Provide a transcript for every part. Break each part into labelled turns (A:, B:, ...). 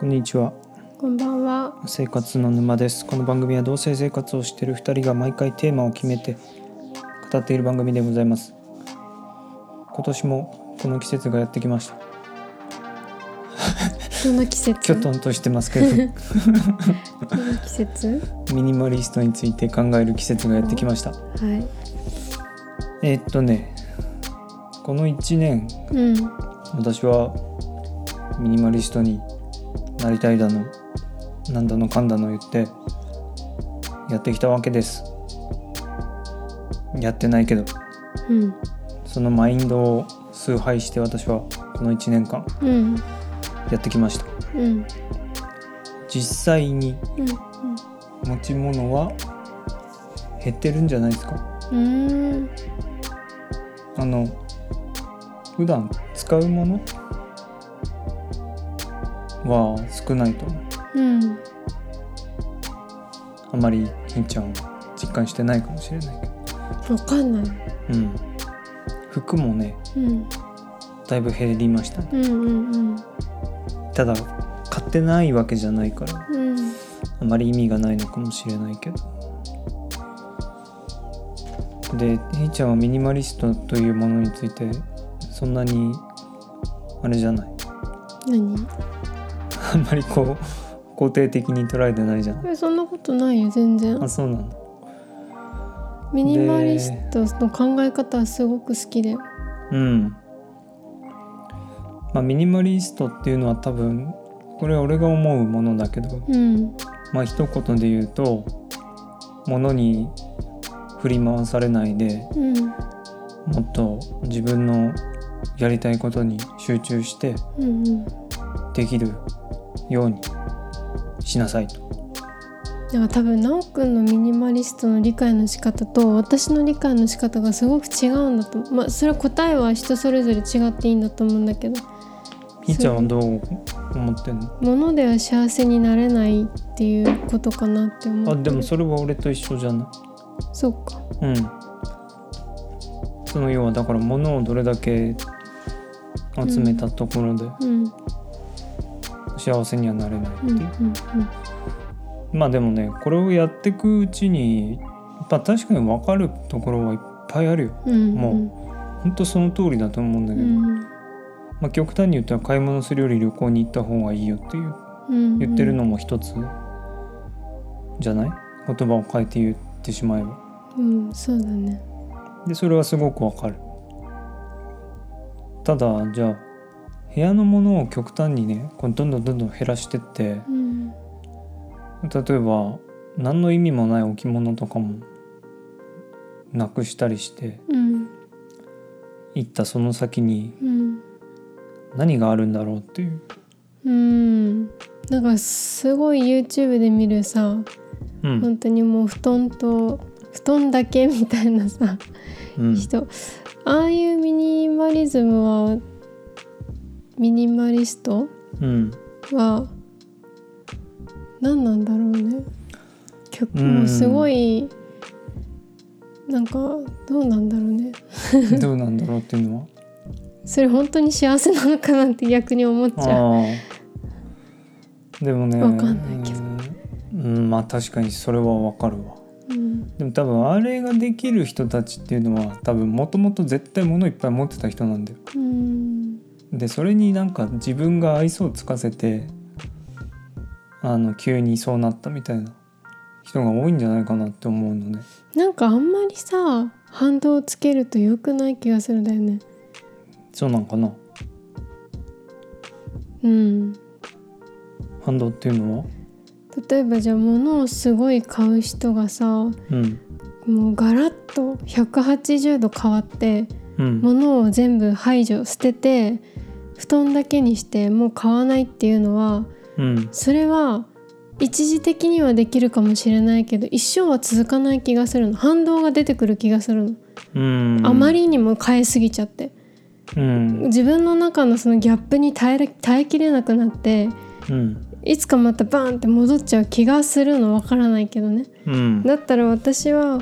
A: こんにちは
B: こんばんは。
A: 生活の沼ですこの番組は同性生活をしている2人が毎回テーマを決めて語っている番組でございます今年もこの季節がやってきました
B: どの季節？
A: きょとんとしてますけど
B: どの季節？
A: ミニマリストについて考える季節がやってきました
B: は
A: えーっとねこの1年
B: い。うん。
A: 私はミニマリストになりたいだのなんだのかんだの言ってやってきたわけですやってないけど
B: うん。
A: そのマインドを崇拝して私はこの1年間
B: うん。
A: やってきました
B: うん。
A: 実際に
B: うん。
A: 持ち物は減ってるんじゃないですか
B: うん。う
A: あの普段使うものは少ないと思う
B: ーん。うん。
A: あまり金ちゃんは実感してないかもしれないけど
B: わかんない。
A: うん服もね
B: うん。
A: だいぶ減りましたね
B: うんうん
A: ただ買ってないわけじゃないから
B: うん。うん。
A: あまり意味がないのかもしれないけどでひーちゃんはミニマリストというものについてそんなにあれじゃない
B: 何？
A: あんまりこう肯定的に捉えてないじゃん
B: えそんなことないよ全然
A: あ。そうなんだ
B: ミニマリストの考え方はすごく好きだよ。
A: うんまあミニマリストっていうのは多分これは俺が思うものだけど
B: うん。
A: まあ一言で言うと物に振り回されないで
B: うん。
A: もっと自分のやりたいことに集中して
B: うんうん。
A: できるようにしなさいと。
B: だから多分奈くんのミニマリストの理解の仕方と私の理解の仕方がすごく違うんだと思うまあそれは答えは人それぞれ違っていいんだと思うんだけど
A: ひーちゃんはどう思ってんの
B: 物では幸せになれないっていうことかなって思
A: あ
B: って
A: でも
B: る
A: それは俺と一緒じゃない。
B: そうか
A: うん。その要はだから物をどれだけ集めたところで
B: うんうん
A: 幸せにはなれないって
B: う
A: い
B: ん
A: う。
B: うん
A: まあでもねこれをやっていくうちに、まあ、確かに分かるところはいっぱいあるよ
B: うん
A: もうほんとその通りだと思うんだ
B: う
A: けど、
B: ん
A: まあ、極端に言ったら買い物するより旅行に行った方がいいよっていう
B: うん
A: 言ってるのも一つじゃない言葉を変えて言ってしまえば
B: うんそうだね
A: でそれはすごく分かるただじゃあ部屋のものを極端にねこうどんどんどんどん減らしてって
B: うん
A: 例えば何の意味もない置物とかもなくしたりして
B: うん
A: 行ったその先に
B: うん
A: 何があるんだろうっていう、
B: うんなんかすごい YouTube で見るさ
A: うん
B: 本当にもう布団と布団だけみたいなさ
A: うん、
B: 人ああいうミニマリズムはミニマリスト
A: うん、
B: は何なんだろうね曲
A: うん
B: もうすごいなんかどうなんだろうね
A: どうなんだろうっていうのは
B: それ本当に幸せなのかなって逆に思っちゃう
A: ああでもね
B: わかんないけど
A: うんうんまあ確かにそれはわかるわ
B: うん
A: でも多分あれができる人たちっていうのは多分もともと絶対物いっぱい持ってた人なんだよ
B: うん
A: でそれになんか自分が愛想をつかせてあの急にそうなったみたいな人が多いんじゃないかなって思うので
B: なんかあんまりさ反動をつけると良くない気がするんだよね
A: そうなんかな
B: うん
A: 反動っていうのは
B: 例えばじゃあ物をすごい買う人がさ
A: うん
B: もうガラッと180度変わって
A: うん
B: 物を全部排除捨てて布団だけにしてもう買わないっていうのは
A: うん
B: それは一時的にはできるかもしれないけど一生は続かない気がするの反動が出てくる気がするの、
A: うん
B: あまりにも変えすぎちゃって
A: うん
B: 自分の中のそのギャップに耐えれ耐えきれなくなって
A: うん
B: いつかまたバーンって戻っちゃう気がするのわからないけどね
A: うん
B: だったら私は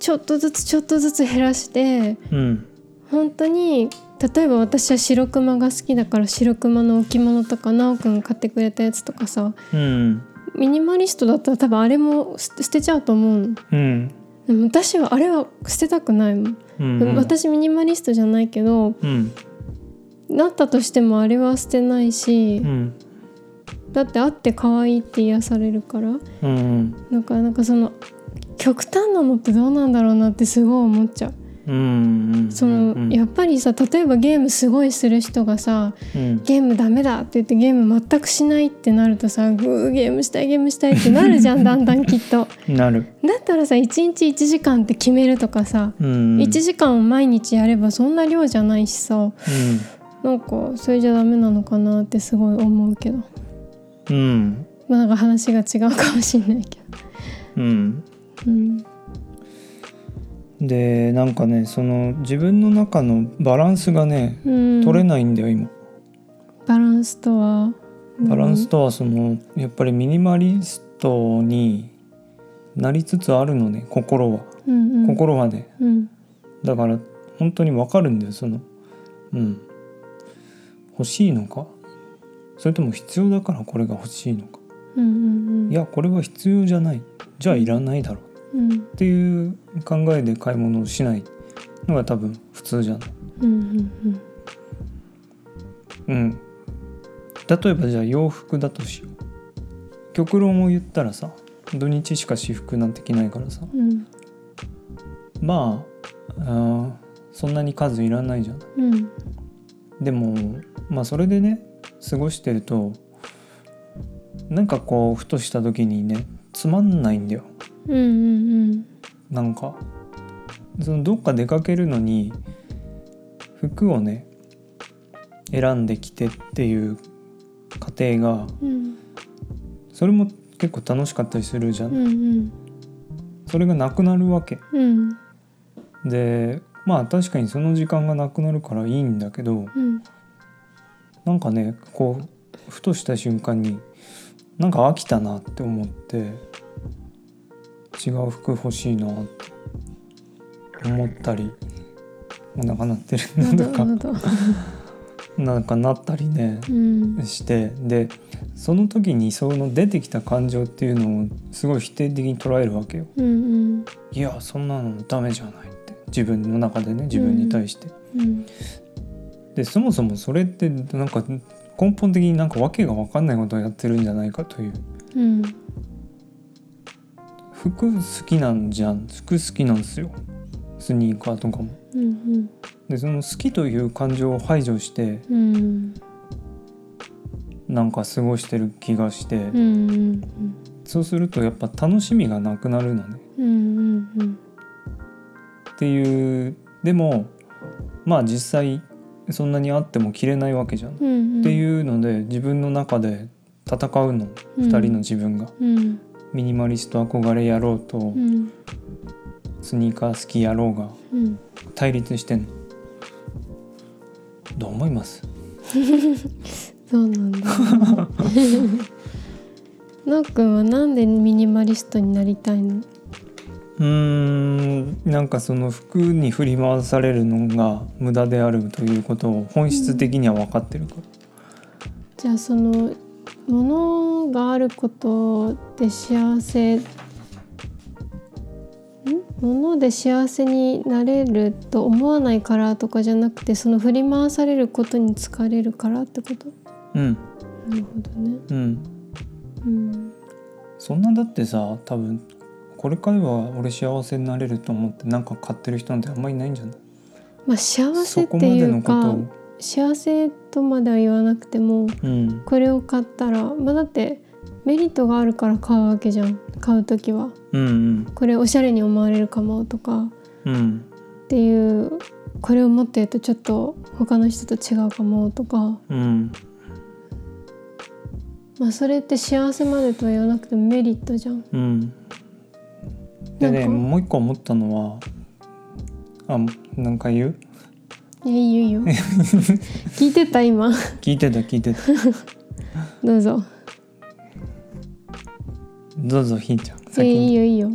B: ちょっとずつちょっとずつ減らして
A: うん
B: 本当に例えば私は白クマが好きだから白クマの置物とか奈くんが買ってくれたやつとかさ
A: うん
B: ミニマリストだったら多分あれも捨て捨てちゃうと思うの
A: うん
B: でも私はあれは捨てたくないもん、
A: うんうん
B: 私ミニマリストじゃないけど
A: うん
B: なったとしてもあれは捨てないし、
A: うん
B: だってあって可愛いって癒されるから
A: うんうん
B: なんかなんかその極端なのってどうなんだろうなってすごい思っちゃう
A: うんうん
B: その、
A: うん
B: やっぱりさ例えばゲームすごいする人がさ
A: うん
B: ゲームダメだって言ってゲーム全くしないってなるとさグーゲームしたいゲームしたいってなるじゃんだんだんきっと
A: なる
B: だったらさ1日1時間って決めるとかさ、
A: うん
B: 1時間を毎日やればそんな量じゃないしさなんかそれじゃダメなのかなってすごい思うけど
A: うんうん
B: まあなんか話が違うかもしれないけど
A: うん
B: うん
A: でなんかねその自分の中のバランスがね
B: うん
A: 取れないんだよ今
B: バランスとは
A: バランスとはそのやっぱりミニマリストになりつつあるのね心は
B: うんうん
A: 心はね
B: うん
A: だから本当にわかるんだよそのうん欲しいのかそれとも必要だからこれが欲しいのか
B: うんうんうん
A: いやこれは必要じゃないじゃあいらないだろう
B: うん
A: っていう考えで買い物をしないのが多分普通じゃない
B: うんう
A: う
B: ん
A: ん例えばじゃあ洋服だとしよう極論を言ったらさ土日しか私服なんて着ないからさ
B: うん
A: まああーそんなに数いらないじゃん
B: うん
A: でもまあそれでね過ごしてるとなんかこうふとした時にねつまんないんだよ
B: うんうん
A: なんかそのどっか出かけるのに服をね選んできてっていう過程が
B: うんうん
A: それも結構楽しかったりするじゃん、
B: うんうん
A: それがなくなるわけ
B: うん
A: でまあ確かにその時間がなくなるからいいんだけど
B: うん
A: なんかねこうふとした瞬間になんか飽きたなって思って違う服欲しいなって思ったりお腹鳴ってる
B: 喉
A: なんか
B: 喉
A: なんかなったりね
B: うん
A: してでその時にその出てきた感情っていうのをすごい否定的に捉えるわけよ。
B: うんうん
A: いやそんなのダメじゃないって自分の中でね自分に対して、
B: うん
A: でそもそもそれってなんか根本的になんか訳が分かんないことをやってるんじゃないかという
B: うん
A: 服好きなんじゃん服好きなんですよスニーカーとかも
B: うん
A: でその好きという感情を排除して
B: うんうん
A: なんか過ごしてる気がして、
B: うんうん
A: そうするとやっぱ楽しみがなくなるのね
B: うんうん
A: っていうでもまあ実際そんなにあっても着れないわけじゃん
B: うん
A: っていうので自分の中で戦うの、
B: うん
A: 2人の自分が
B: うん
A: ミニマリスト憧れやろうと
B: うん
A: スニーカー好きやろうが
B: うん
A: 対立してんのどう思います
B: そうなんだなおくんはなんでミニマリストになりたいの
A: うーんなんかその服に振り回されるのが無駄であるということを本質的には分かってるから、
B: じゃあその物があることで幸せん物で幸せになれると思わないからとかじゃなくてその振り回されることに疲れるからってこと
A: うん
B: なるほどね
A: うん
B: うん
A: そんなだってさ多分これからは俺幸せになれると思ってなんか買ってる人なんてあんまりいないんじゃない
B: まあ幸せ
A: そ
B: っ
A: こ
B: て
A: ま
B: い
A: で
B: う
A: のこと
B: か
A: を
B: 幸せとまでは言わなくても
A: うん
B: これを買ったらまあだってメリットがあるから買うわけじゃん買う時は
A: うん
B: これおしゃれに思われるかもとか
A: うんうん
B: っていうこれを持ってるとちょっと他の人と違うかもとか、
A: うん
B: まあ、それって幸せまでとは言わなくてもメリットじゃん。
A: うん、で
B: な
A: ね
B: んか
A: もう一個思ったのはあなんか言う
B: いやいいよいいよ聞いてた今
A: 聞いてた聞い てた
B: どうぞ。
A: どうぞひーちゃん
B: いや
A: 先
B: いい
A: に
B: よいいよ。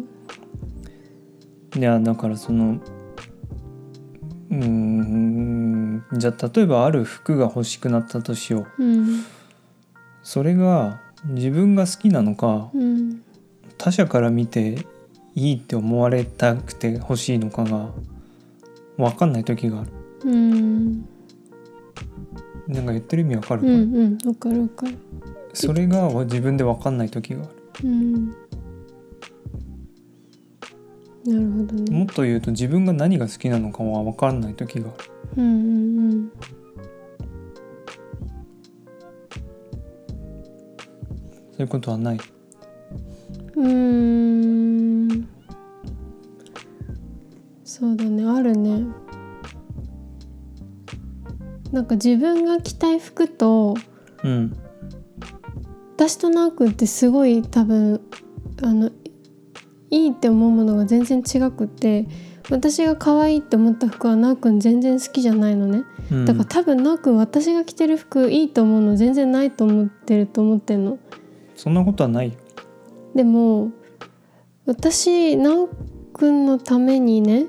A: いやだからそのうーんうん、じゃあ例えばある服が欲しくなったとしよう
B: うん
A: それが自分が好きなのか
B: うん
A: 他者から見ていいって思われたくて欲しいのかが分かんない時がある
B: うん
A: なんか言ってる意味わかる
B: う
A: これ、
B: んうんわかるわかる
A: それが自分で分かんない時がある
B: うんなるほど
A: も
B: ね
A: っと言うと自分が何が好きなのかは分かんない時がある
B: うんうんうん
A: そういうことはないう
B: ーんそうだねあるねなんか自分が着たい服と
A: うん
B: 私となおくんってすごい多分あのいいって思うものが全然違くて私が可愛いって思った服はなおくん全然好きじゃないのね
A: うん
B: だから多分なおくん私が着てる服いいと思うの全然ないと思ってると思ってんの
A: そんなことはないよ
B: でも私なおくんのためにね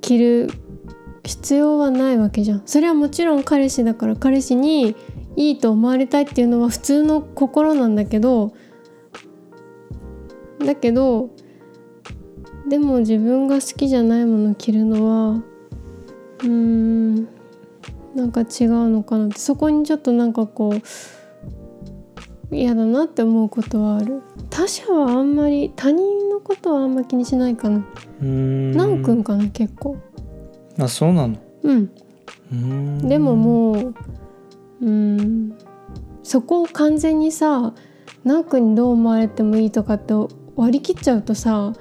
B: 着る必要はないわけじゃんそれはもちろん彼氏だから彼氏にいいと思われたいっていうのは普通の心なんだけどだけどでも自分が好きじゃないものを着るのはうーんなんか違うのかなってそこにちょっとなんかこう嫌だなって思うことはある他者はあんまり他人のことはあんま気にしないかな
A: うーん
B: なおくんかな結構
A: あそうなの
B: うん
A: うーん
B: でももううんそこを完全にさなおくんにどう思われてもいいとかって割り切っちゃうとさ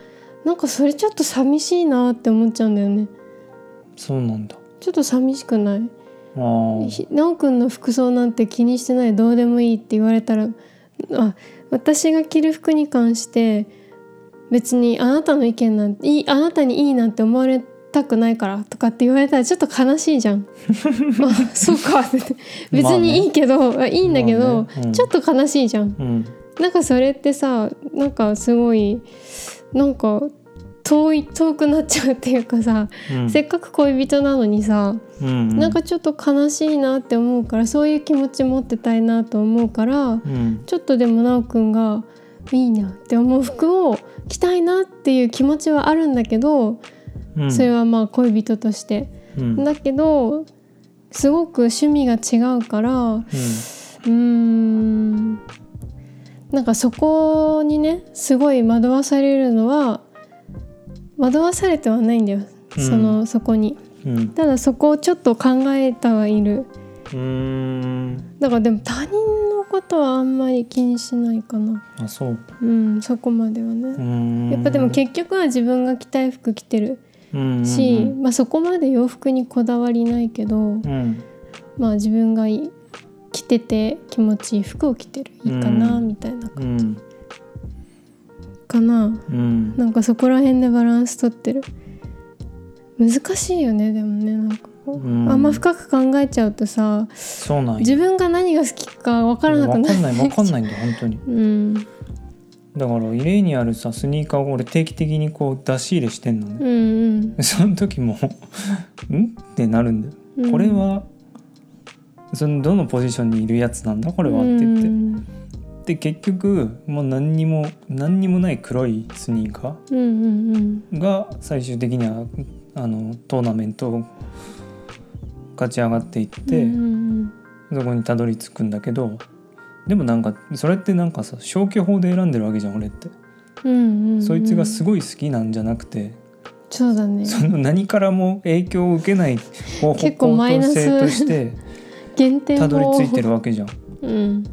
B: なんかそれちょっと寂しいなって思っちゃうんだよね
A: そうなんだ
B: ちょっと寂しくない
A: あー
B: ひなおくんの服装なんて気にしてないどうでもいいって言われたらあ私が着る服に関して別にあなたの意見なんていいあなたにいいなんて思われたくないからとかって言われたらちょっと悲しいじ ゃん。まあそうかって別にいいけど、あいいんだけど、
A: まあねうん
B: ちょっと悲しいじゃん。
A: うん
B: なんかそれってさなんかすごいなんか遠い遠くなっちゃうっていうかさ、
A: うん
B: せっかく恋人なのにさ、
A: うんうん
B: なんかちょっと悲しいなって思うからそういう気持ち持ってたいなと思うから
A: うん
B: ちょっとでもなおくんがいいなって思う服を着たいなっていう気持ちはあるんだけど
A: うん
B: それはまあ恋人として。
A: うん
B: だけどすごく趣味が違うからうーんなんかそこにねすごい惑わされるのは惑わされてはないんだよ、そのそこに。
A: うんうん
B: ただそこをちょっと考えてはいる
A: うーん
B: だからでも他人のことはあんまり気にしないかな
A: あそう
B: うんそこまでは
A: うー
B: ね
A: ん
B: やっぱでも結局は自分が着たい服着てる
A: うん
B: し、まあ、そこまで洋服にこだわりないけど
A: うん
B: まあ自分がい着てて気持ちいい服を着てるいいかな
A: うん
B: みたいな
A: う
B: 感じ
A: ん
B: かな
A: うん
B: なんかそこら辺でバランス取ってる難しいよねでもねなんかこう
A: うん
B: あんま深く考えちゃうとさ
A: そうなん
B: 自分が何が好きか分からなくな
A: わかんないわかん
B: い。
A: ないんだよ本当に
B: うん、
A: だから家にあるさスニーカーを俺定期的にこう出し入れしてんの
B: う
A: ね、
B: ん、
A: その時もんってなるんだよ、
B: うん。
A: これはそのどのポジションにいるやつなんだこ
B: こ
A: れはって言って、
B: うん、
A: で結局もう何にも何にもない黒いスニーカ
B: うん、うん、
A: ーが最終的にはあのトーナメントを勝ち上がっていって、
B: うん、
A: そこにたどり着くんだけどでもなんかそれってなんかさ消去法で選んでるわけじゃん俺って、
B: うん、うん、うん、
A: そいつがす
B: ご
A: ごい好きなんじゃなくて
B: そうだね。
A: その何からも影響を受けない方向
B: 結構マイナス
A: 性として
B: 限定
A: たどり着いて
B: る。
A: るわけじゃん。
B: うん、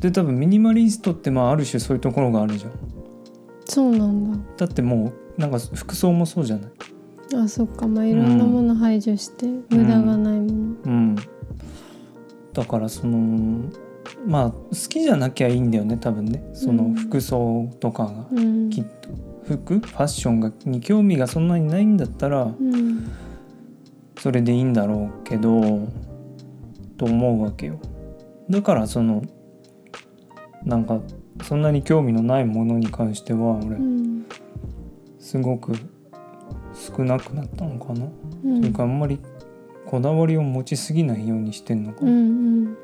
A: で多分ミニマリストってまあある種そういうところがあるじゃん。
B: そうなん
A: だってもうなんか服装もそうじゃない。
B: だ。あ、そっか、まあいろんなもの排除して、無駄がないもの。
A: うん、だからそのまあ好きじゃなきゃいいんだよね多分ねそうの
B: ん
A: 服装とかが、
B: うん、
A: きっと服ファッションがに興味がそんなにないんだったら
B: うん、
A: それでいいんだろうけどと思うわけよだからそのなんかそんなに興味のないものに関しては俺
B: うん、
A: すごく少なくなったのかな、
B: うん
A: というかあんまりこだわりを持ちすぎないようにしてんのか
B: う
A: な、
B: んうん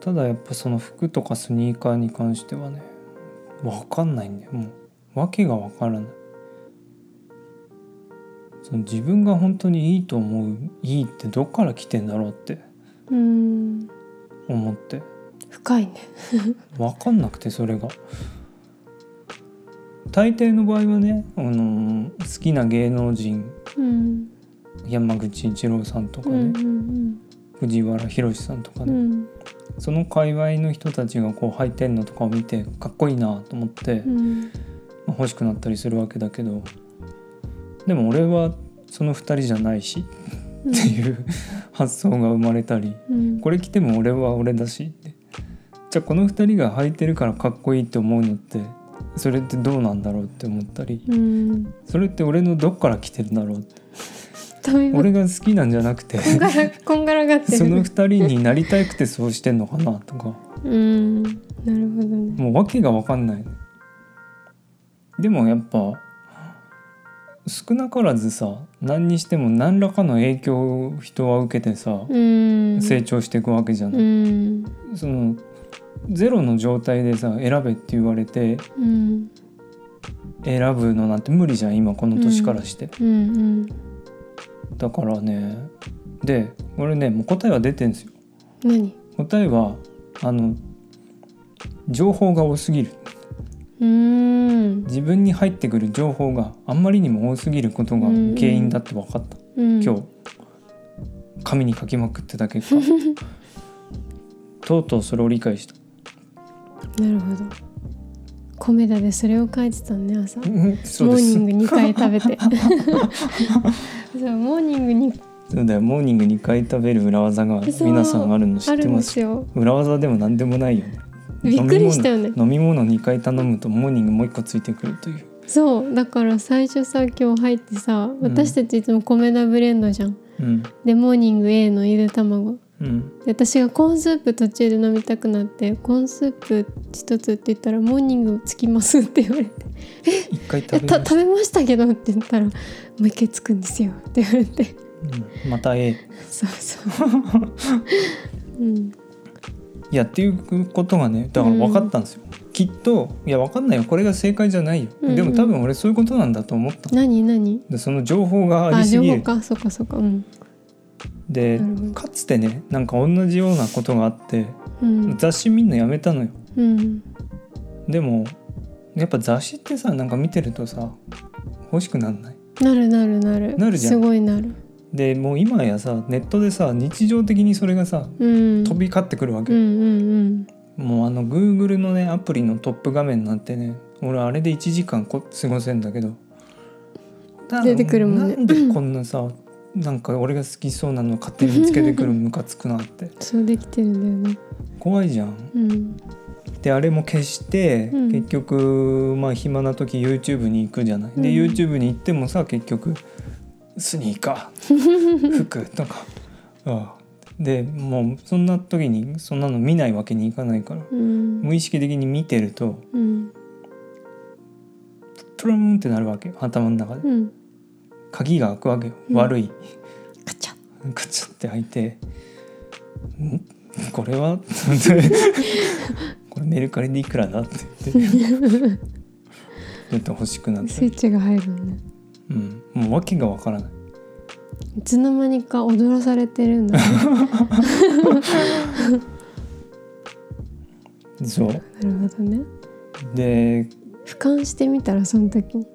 A: ただやっぱその服とかスニーカーに関してはね分かんないんだよもう訳が分からないその自分が本当にいいと思ういいってどっから来てんだろうって
B: うん
A: 思って
B: 深いね
A: 分かんなくてそれが大抵の場合はね、あの好きな芸能人
B: うん
A: 山口一郎さんとか
B: う
A: ね、
B: んうん
A: 藤原宏さんとか
B: う
A: ね、
B: ん
A: その界隈の人たちがこう履いてんのとかを見てかっこいいなと思って、
B: うん
A: まあ欲しくなったりするわけだけどでも俺はその2人じゃないしっていう発想が生まれたり
B: うん
A: これ着ても俺は俺だしってじゃあこの2人が履いてるからかっこいいって思うのってそれってどうなんだろうって思ったり
B: うん
A: それって俺のどっから来てるんだろうって
B: だいぶ
A: 俺が好きなんじゃなくて
B: こんがらこんがらがってる
A: その2人になりたくてそうしてんのかなとか。
B: うんなるほどね
A: もう訳が分かんないねでもやっぱ少なからずさ何にしても何らかの影響を人は受けてさ、
B: うん
A: 成長していくわけじゃ
B: う
A: ない、
B: ん
A: そのゼロの状態でさ選べって言われて
B: うん
A: 選ぶのなんて無理じゃん今この年からして、
B: うんうん
A: だからねで俺ねもう答えは出てんですよ
B: 何
A: 答えはあの情報が多すぎる
B: うん
A: 自分に入ってくる情報があんまりにも多すぎることが原因だって分かった、
B: うん
A: 今日紙に書きまくってた 結果とうとうそれを理解した
B: なるほど米田でそれを書いてたのね朝
A: うんそう
B: モ
A: で
B: ーニ
A: す
B: ング2回食べてそうモーニングに
A: そうだよモーニング2回食べる裏技が
B: そう
A: 皆さんあるの知
B: あ
A: っ
B: る
A: て
B: ん
A: ま
B: ですすよ
A: 裏技でも何でもないよね
B: びっくりしたよね
A: 飲み物飲み物2回頼むとモーニングもう1個ついてくるという、
B: そうだから最初さ今日入ってさ私たちいつも米田ブレンドじゃん
A: うん
B: でモーニング A のゆで卵
A: うん、
B: で私がコーンスープ途中で飲みたくなってコーンスープ一つって言ったらモーニングつきますって言われて
A: 1回食
B: え
A: べ
B: た
A: まし
B: 食べましたけどって言ったらもう一回つくんですよって言わ れて
A: うん、また A
B: そうそううん
A: いやっていうことがねだから分かったんですよ、きっといや分かんないよこれが正解じゃないよ、
B: うんうん
A: でも多分俺そういうことなんだと思った
B: 何何
A: でその情報があ
B: あ
A: りす
B: 情
A: ぎ
B: 報
A: る
B: かそうかそうかうん
A: で
B: なるほど
A: かつてねなんか同じようなことがあって
B: うん
A: 雑誌みんなやめたのよ
B: うん
A: でもやっぱ雑誌ってさなんか見てるとさ欲しくなんない
B: なるなるなる
A: なるじゃん
B: すごいなる
A: でもう今やさネットでさ日常的にそれがさ
B: うん
A: 飛び交ってくるわけ
B: う、んうん
A: もうあの Google のねアプリのトップ画面なんてね俺あれで1時間こ過ごせんだけどだ
B: 出てくるもんね
A: なんでこんなさなんか俺が好きそうなの勝手に見つけて くるムカつくなって
B: うんそうできてるんだよね
A: 怖いじゃん
B: うん
A: であれも消して、
B: うん
A: 結局まあ暇な時 YouTube に行くじゃない、で
B: うん
A: YouTube に行ってもさ結局スニーカ ー服とかああでもうそんな時にそんなの見ないわけにいかないから
B: うん
A: 無意識的に見てると
B: うん
A: プルンってなるわけよ頭の中で
B: うん
A: 鍵が開くわけよ、
B: うん
A: 悪い
B: カチャッ
A: ガチャって開いて「んこれは? 」 これメルカリでいくらだ?」って言ってちょっと欲しくなっ
B: スイ
A: て、
B: ッチが入るのね
A: うん、もう訳がわからない
B: いつの間にか踊らされてるんだね
A: そう
B: なるほどね
A: で
B: 俯瞰してみたらその時に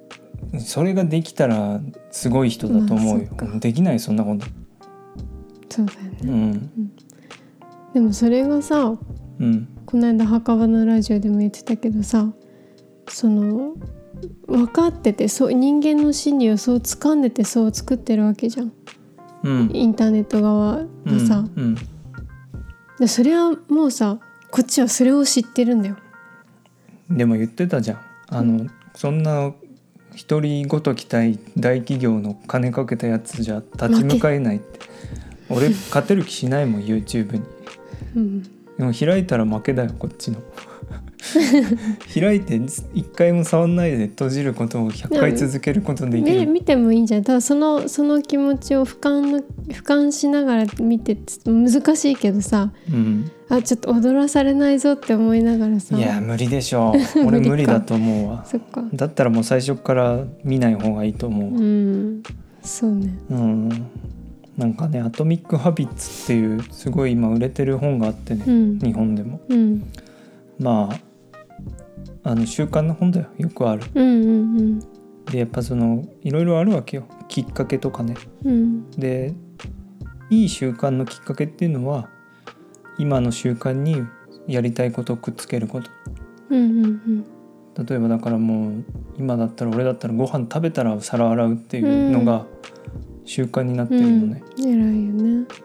A: それができたらすごい人だと思うよ
B: まあそっ、か
A: できないそんなこと
B: そうだよね
A: うん
B: でもそれがさ
A: うん
B: この間墓場のラジオでも言ってたけどさその分かっててそう人間の心理をそう掴んでてそう作ってるわけじゃん
A: うん
B: インターネット側
A: う
B: が
A: ん
B: さ、
A: うん
B: でそれはもうさこっちはそれを知ってるんだよ。
A: でも言ってたじゃんあの、そんな一人ごときたい大企業の金かけたやつじゃ立ち向かえないって 俺勝てる気しないもん YouTube に
B: う ん、
A: でも開いたら負けだよこっちの開いて一回も触んないで閉じることを100回続けることでき
B: で
A: る
B: 見てもいいんじゃないただそのその気持ちを俯瞰の俯瞰しながら見てちょっと難しいけどさ
A: うん
B: あちょっと踊らされないぞって思いながらさ
A: いや無理でしょ う俺無理だと思うわ
B: そっか
A: だったらもう最初から見ない方がいいと思
B: う
A: う、
B: んそうね
A: うんなんかね「アトミック・ハビッツ」っていうすごい今売れてる本があってね、
B: うん
A: 日本でも
B: うん
A: まああの習慣の本だよよくある
B: うんうん
A: でやっぱそのいろいろあるわけよきっかけとかね
B: うんうん
A: でいい習慣のきっかけっていうのは今の習慣にやりたいことをくっつけること
B: うんうん
A: 例えばだからもう今だったら俺だったらご飯食べたら皿洗うっていうのが習慣になって
B: う
A: るの
B: ん
A: ね、
B: 偉いよね
A: うんだか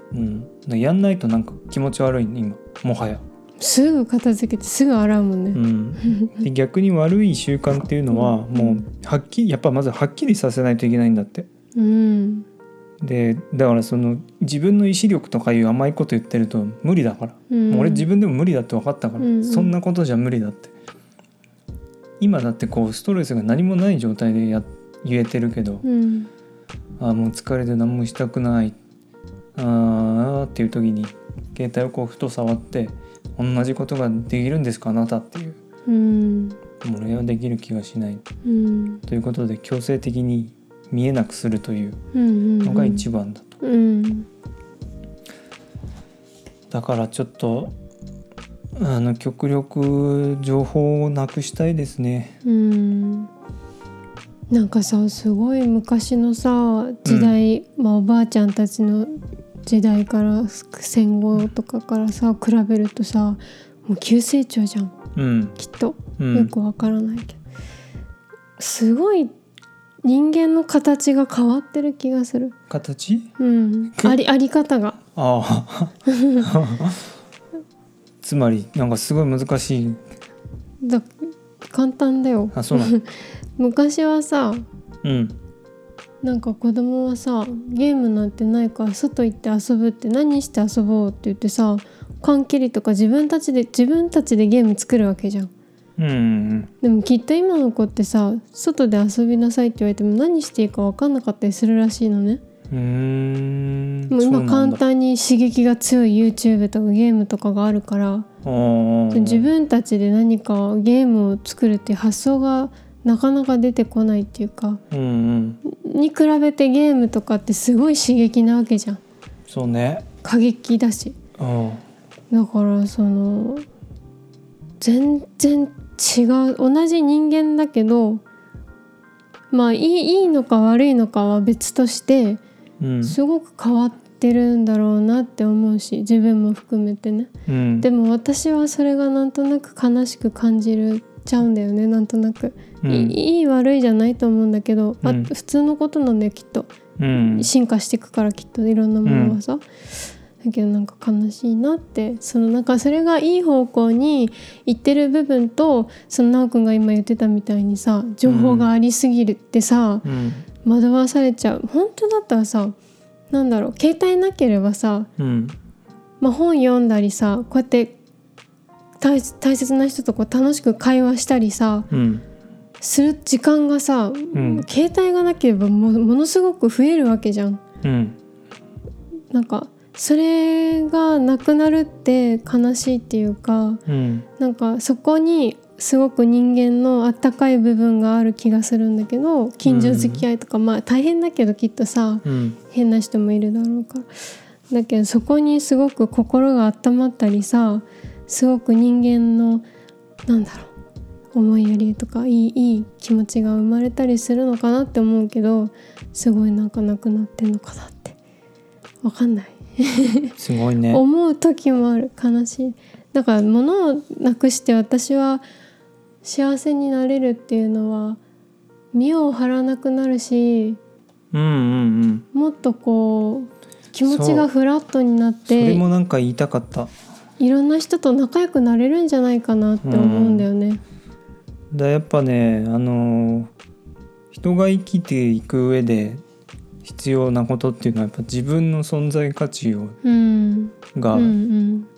A: らやんないとなんか気持ち悪いね今もはや、
B: すぐ片付けてすぐ洗うもん
A: う
B: ね
A: ん、で逆に悪い習慣っていうのはもうはっきりやっぱまずはっきりさせないといけないんだって
B: うん
A: でだからその自分の意志力とかいう甘いこと言ってると無理だから
B: うん
A: もう俺自分でも無理だって分かったから、
B: うんうん
A: そんなことじゃ無理だって今だってこうストレスが何もない状態でや言えてるけど、
B: うん
A: あーもう疲れて何もしたくないあーっていう時に携帯をこうふと触って同じことができるんですかあなたっていう
B: うん
A: もう俺はできる気がしない
B: うん
A: ということで強制的に見えなくするという
B: うん
A: のが一番だと、
B: うん
A: だからちょっとあの極力情報をなくしたいですね。
B: うんなんかさすごい昔のさ時代、まあおばあちゃんたちの時代から戦後とかからさ比べるとさもう急成長じゃん
A: うん、
B: きっと
A: うん、
B: よくわからないけど、すごい人間の形が変わってる気がする、
A: 形
B: うん、ありあり方が
A: ああ つまりなんかすごい難しい
B: だ簡単だよ
A: あそうなの
B: 昔はさ
A: うん
B: なんか子供はさゲームなんてないから外行って遊ぶって何して遊ぼうって言ってさ缶切りとか自分たちで自分たちでゲーム作るわけじゃん
A: うんうん
B: でもきっと今の子ってさ外で遊びなさいって言われても何していいか分かんなかったりするらしいのね
A: うんうーん
B: もう
A: そう
B: 今
A: なん
B: 簡
A: だ
B: 単に刺激が強い YouTube とかゲームとかがあるから
A: あー
B: 自分たちで何かゲームを作るっていう発想がなかなか出てこないっていうか
A: うんうん
B: に比べてゲームとかってすごい刺激なわけじゃん
A: そうね
B: 過激だし
A: うん
B: だからその全然違う同じ人間だけどまあいいいいのか悪いのかは別として
A: うん
B: すごく変わってるんだろうなって思うし自分も含めてね
A: うん
B: でも私はそれがなんとなく悲しく感じるちゃうんだよねなんとなく、
A: うん
B: いいい悪いじゃないと思うんだけど、あ
A: うん
B: 普通のことなんだよきっと
A: うん
B: 進化していくからきっといろんなものがさ、だけどなんか悲しいなってそのなんかそれがいい方向に行ってる部分とその奈くんが今言ってたみたいにさ情報がありすぎるってさ、
A: うん
B: 惑わされちゃう本当だったらさなんだろう携帯なければさ、
A: うん
B: まあ、本読んだりさこうやって大大切な人とこう楽しく会話したりさ
A: うん
B: する時間がさ、
A: ん
B: 携帯がなければもものすごく増えるわけじゃん。
A: うん
B: なんかそれがなくなるって悲しいっていうか
A: うん
B: なんかそこにすごく人間のあったかい部分がある気がするんだけど近所付き合いとか、まあ大変だけどきっとさ
A: うん
B: 変な人もいるだろうからだけどそこにすごく心が温まったりさすごく人間のなんだろう思いやりとかいいいい気持ちが生まれたりするのかなって思うけどすごいなんかなくなってんのかなってわかんない
A: すごいね
B: 思う時もある悲しいだから物をなくして私は幸せになれるっていうのは身を張らなくなるし
A: うんうんうん
B: もっとこう気持ちがフラットになっ
A: それ
B: て
A: もなんか言いたかった
B: いろんな人と仲良くなれるんじゃないかなって思うんだよね。
A: だやっぱねあのー人が生きていく上で必要なことっていうのはやっぱ自分の存在価値を
B: うん、
A: が
B: うんうん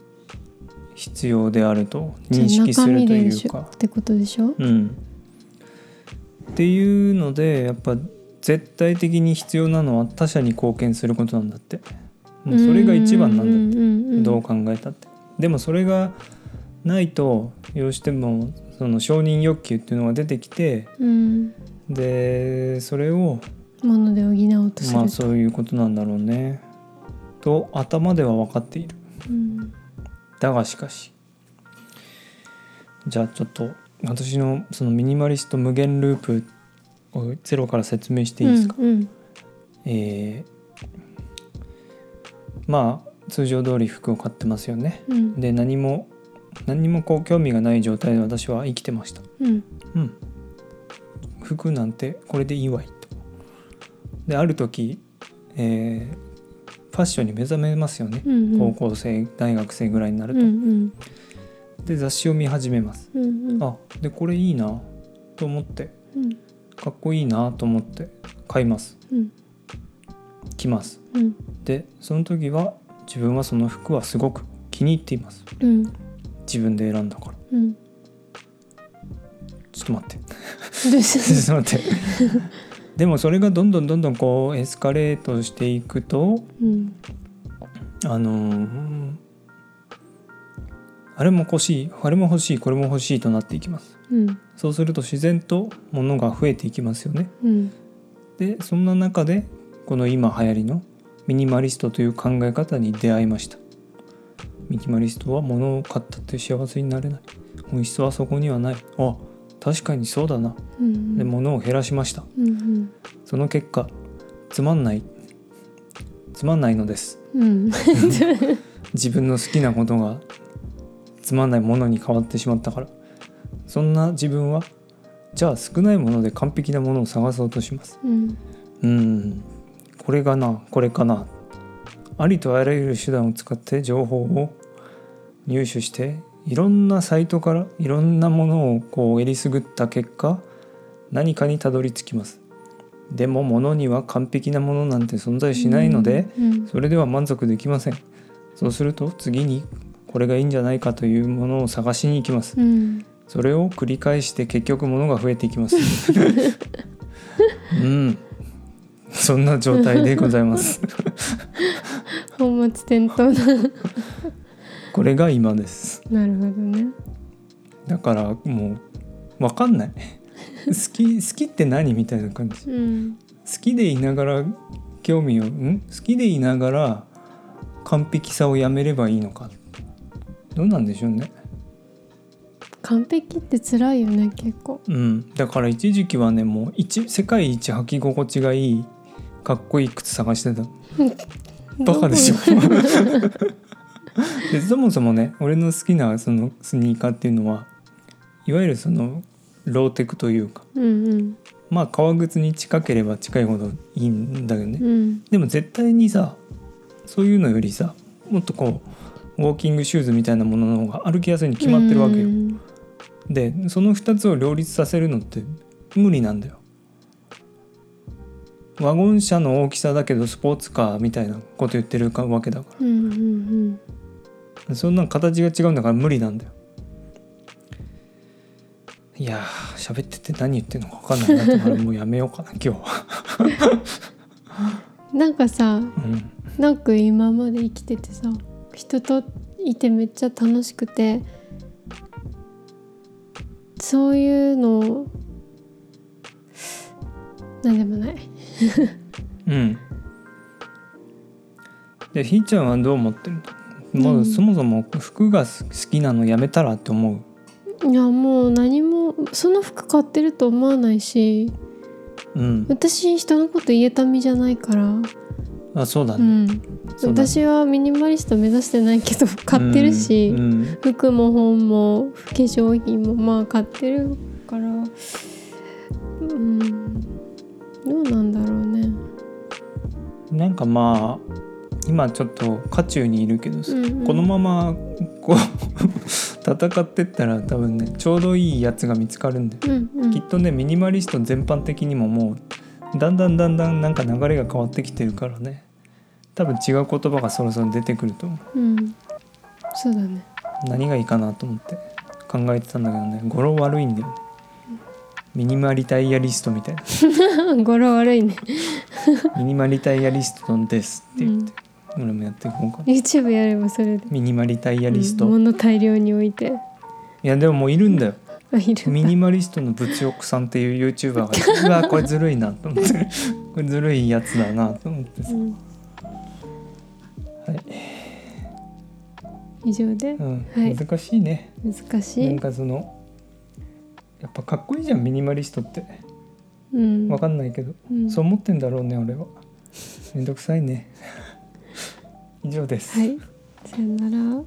A: 必要であると
B: じゃあ
A: 認識す
B: 中
A: る
B: 身
A: と
B: で
A: い
B: でし
A: う
B: ょ
A: か
B: っ。てことでしょ
A: うん、っていうのでやっぱ絶対的に必要なのは他者に貢献することなんだってもうそれが一番なんだって
B: だ
A: どう考えたってでもそれがないとどうしてもその承認欲求っていうのが出てきて
B: うん
A: でそれを
B: もので補おうとする
A: まあ
B: と
A: そういうことなんだろうねと頭では分かっている
B: うん
A: だがしかしじゃあちょっと私のそのミニマリスト無限ループをゼロから説明していいですか、
B: うんうん
A: えーまあ通常通り服を買ってますよね
B: うん
A: で何も何もこう興味がない状態で私は生きてました
B: うん
A: うん服なんてこれでいいわいとである時、えーファッションに目覚めますよね、
B: うんうん
A: 高校生大学生ぐらいになる
B: うん
A: と、
B: うん
A: で雑誌を見始めます
B: うんうん
A: あでこれいいなと思って
B: うん
A: かっこいいなと思って買います
B: うん
A: 着ます
B: うん
A: でその時は自分はその服はすごく気に入っています
B: うん
A: 自分で選んだから
B: うん
A: ちょっと待って
B: どうし
A: ちょっと待ってでもそれがどんどんどんどんこうエスカレートしていくと
B: うん
A: あのーあれも欲しいあれも欲しいこれも欲しいとなっていきます
B: うん
A: そうすると自然と物が増えていきますよね
B: うん
A: でそんな中でこの今流行りのミニマリストという考え方に出会いましたミニマリストは物を買ったって幸せになれない本質はそこにはないあ確かにそうだな
B: うん
A: で物を減らしました
B: うん
A: その結果つまんないつまんないのです
B: うんうん
A: 自分の好きなことがつまんないものに変わってしまったからそんな自分はじゃあ少ないもので完璧なものを探そうとします
B: うん
A: うんこれがなこれかなありとあらゆる手段を使って情報を入手していろんなサイトからいろんなものをこうえりすぐった結果何かにたどり着きますでも物には完璧なものなんて存在しないので、
B: うん
A: それでは満足できませんそうすると次にこれがいいんじゃないかというものを探しに行きます
B: うん
A: それを繰り返して結局物が増えていきますうんそんな状態でございます
B: 本末転倒だ
A: これが今です
B: なるほどね
A: だからもう分かんない好き好きって何みたいな感じ
B: うん
A: 好きでいながら興味をん好きでいながら完璧さをやめればいいのかどうなんでしょうね
B: 完璧って辛いよね結構
A: うんだから一時期はねもう一世界一履き心地がいいかっこいい靴探してたバカでしょ でそもそもね俺の好きなそのスニーカーっていうのはいわゆるそのローテクというか
B: うんうん
A: まあ革靴に近ければ近いほどいいんだけどね
B: うん
A: でも絶対にさそういうのよりさもっとこうウォーキングシューズみたいなものの方が歩きやすいに決まってるわけ
B: う
A: よ
B: ん
A: でその2つを両立させるのって無理なんだよワゴン車の大きさだけどスポーツカーみたいなこと言ってるかわけだから
B: うんうん
A: そんなん形が違うんだから無理なんだよ。いやー喋ってて何言ってるのか分かんないなだからもう やめようかな今日は。
B: うんなんかさ
A: うん
B: なんか今まで生きててさ人といてめっちゃ楽しくてそういうのをなんでもない
A: うん、でひーちゃんはどう思ってるのま
B: う
A: だ
B: ん
A: そもそも服が好きなのやめたらって思う。
B: いやもう何もその服買ってると思わないし
A: うん、
B: 私人のこと言えた身じゃないから
A: あそうだ
B: う
A: ね。
B: ん
A: そうだね
B: 私はミニマリスト目指してないけど買ってるし、
A: うんうん
B: 服も本も化粧品もまあ買ってるからうんどうなんだろうね
A: なんかまあ今ちょっと渦中にいるけどさ、
B: うんうん
A: このままこう 戦ってったら多分ねちょうどいいやつが見つかるんだよ。
B: うんうん
A: きっとねミニマリスト全般的にももうだんだんだんだんなんか流れが変わってきてるからね多分違う言葉がそろそろ出てくると思
B: うんそうだね
A: 何がいいかなと思って考えてたんだけどね語呂悪いんだよねミニマリタイヤリストみ たいな
B: 語呂悪いね
A: ミニマリタイヤリストですって言って、俺もやっていこうかな
B: YouTube やればそれで
A: ミニマリタイヤリスト、
B: うん
A: い
B: 物大量に置いて
A: やでももういるんだよ
B: あいる
A: ミニマリストの物欲さんっていう YouTuber が いてうわこれずるいなと思ってこれずるいやつだなと思ってさ、
B: うん
A: はい
B: 以上で
A: うん
B: はい
A: 難しいね
B: 難し
A: ないんかそのやっぱかっこいいじゃんミニマリストって
B: うん
A: わかんないけど、
B: うん
A: そう思ってんだろうね俺はめんどくさいね以上です、
B: はいさよなら